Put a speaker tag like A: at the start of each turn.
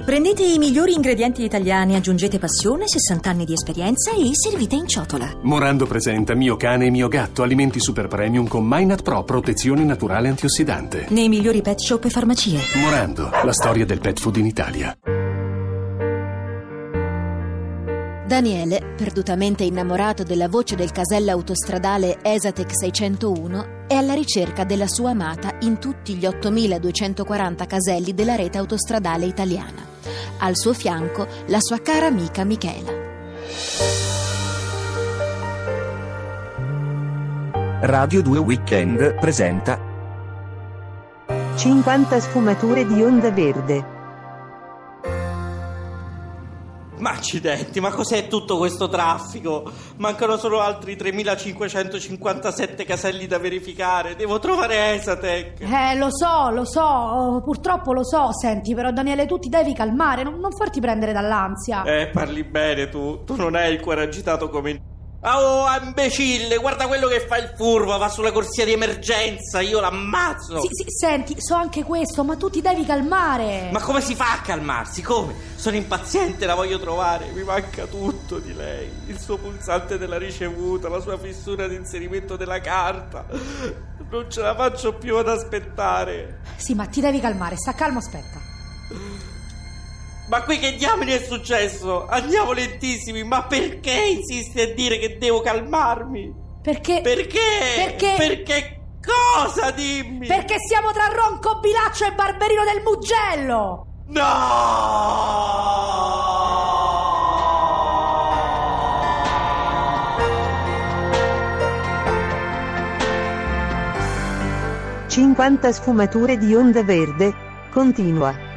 A: Prendete i migliori ingredienti italiani, aggiungete passione, 60 anni di esperienza e servite in ciotola.
B: Morando presenta Mio cane e mio gatto, alimenti super premium con Minat Pro, protezione naturale antiossidante.
A: Nei migliori pet shop e farmacie.
B: Morando, la storia del pet food in Italia.
C: Daniele, perdutamente innamorato della voce del casella autostradale Esatec 601, è alla ricerca della sua amata in tutti gli 8.240 caselli della rete autostradale italiana. Al suo fianco la sua cara amica Michela.
D: Radio 2 Weekend presenta
E: 50 sfumature di onda verde.
F: Ma accidenti, ma cos'è tutto questo traffico? Mancano solo altri 3557 caselli da verificare. Devo trovare Esatec.
G: Eh, lo so, lo so, purtroppo lo so. Senti, però Daniele, tu ti devi calmare, non, non farti prendere dall'ansia.
F: Eh, parli bene tu. Tu non hai il cuore agitato come il Oh, imbecille, guarda quello che fa il furbo, va sulla corsia di emergenza, io l'ammazzo.
G: Sì, sì, senti, so anche questo, ma tu ti devi calmare.
F: Ma come si fa a calmarsi? Come? Sono impaziente, la voglio trovare, mi manca tutto di lei. Il suo pulsante della ricevuta, la sua fissura di inserimento della carta. Non ce la faccio più ad aspettare.
G: Sì, ma ti devi calmare, sta calmo, aspetta.
F: Ma qui che diamine è successo? Andiamo lentissimi, ma perché insisti a dire che devo calmarmi?
G: Perché?
F: Perché?
G: Perché?
F: Perché cosa dimmi?
G: Perché siamo tra Ronco Bilaccio e Barberino del Mugello!
F: No!
E: 50 sfumature di onda verde. Continua.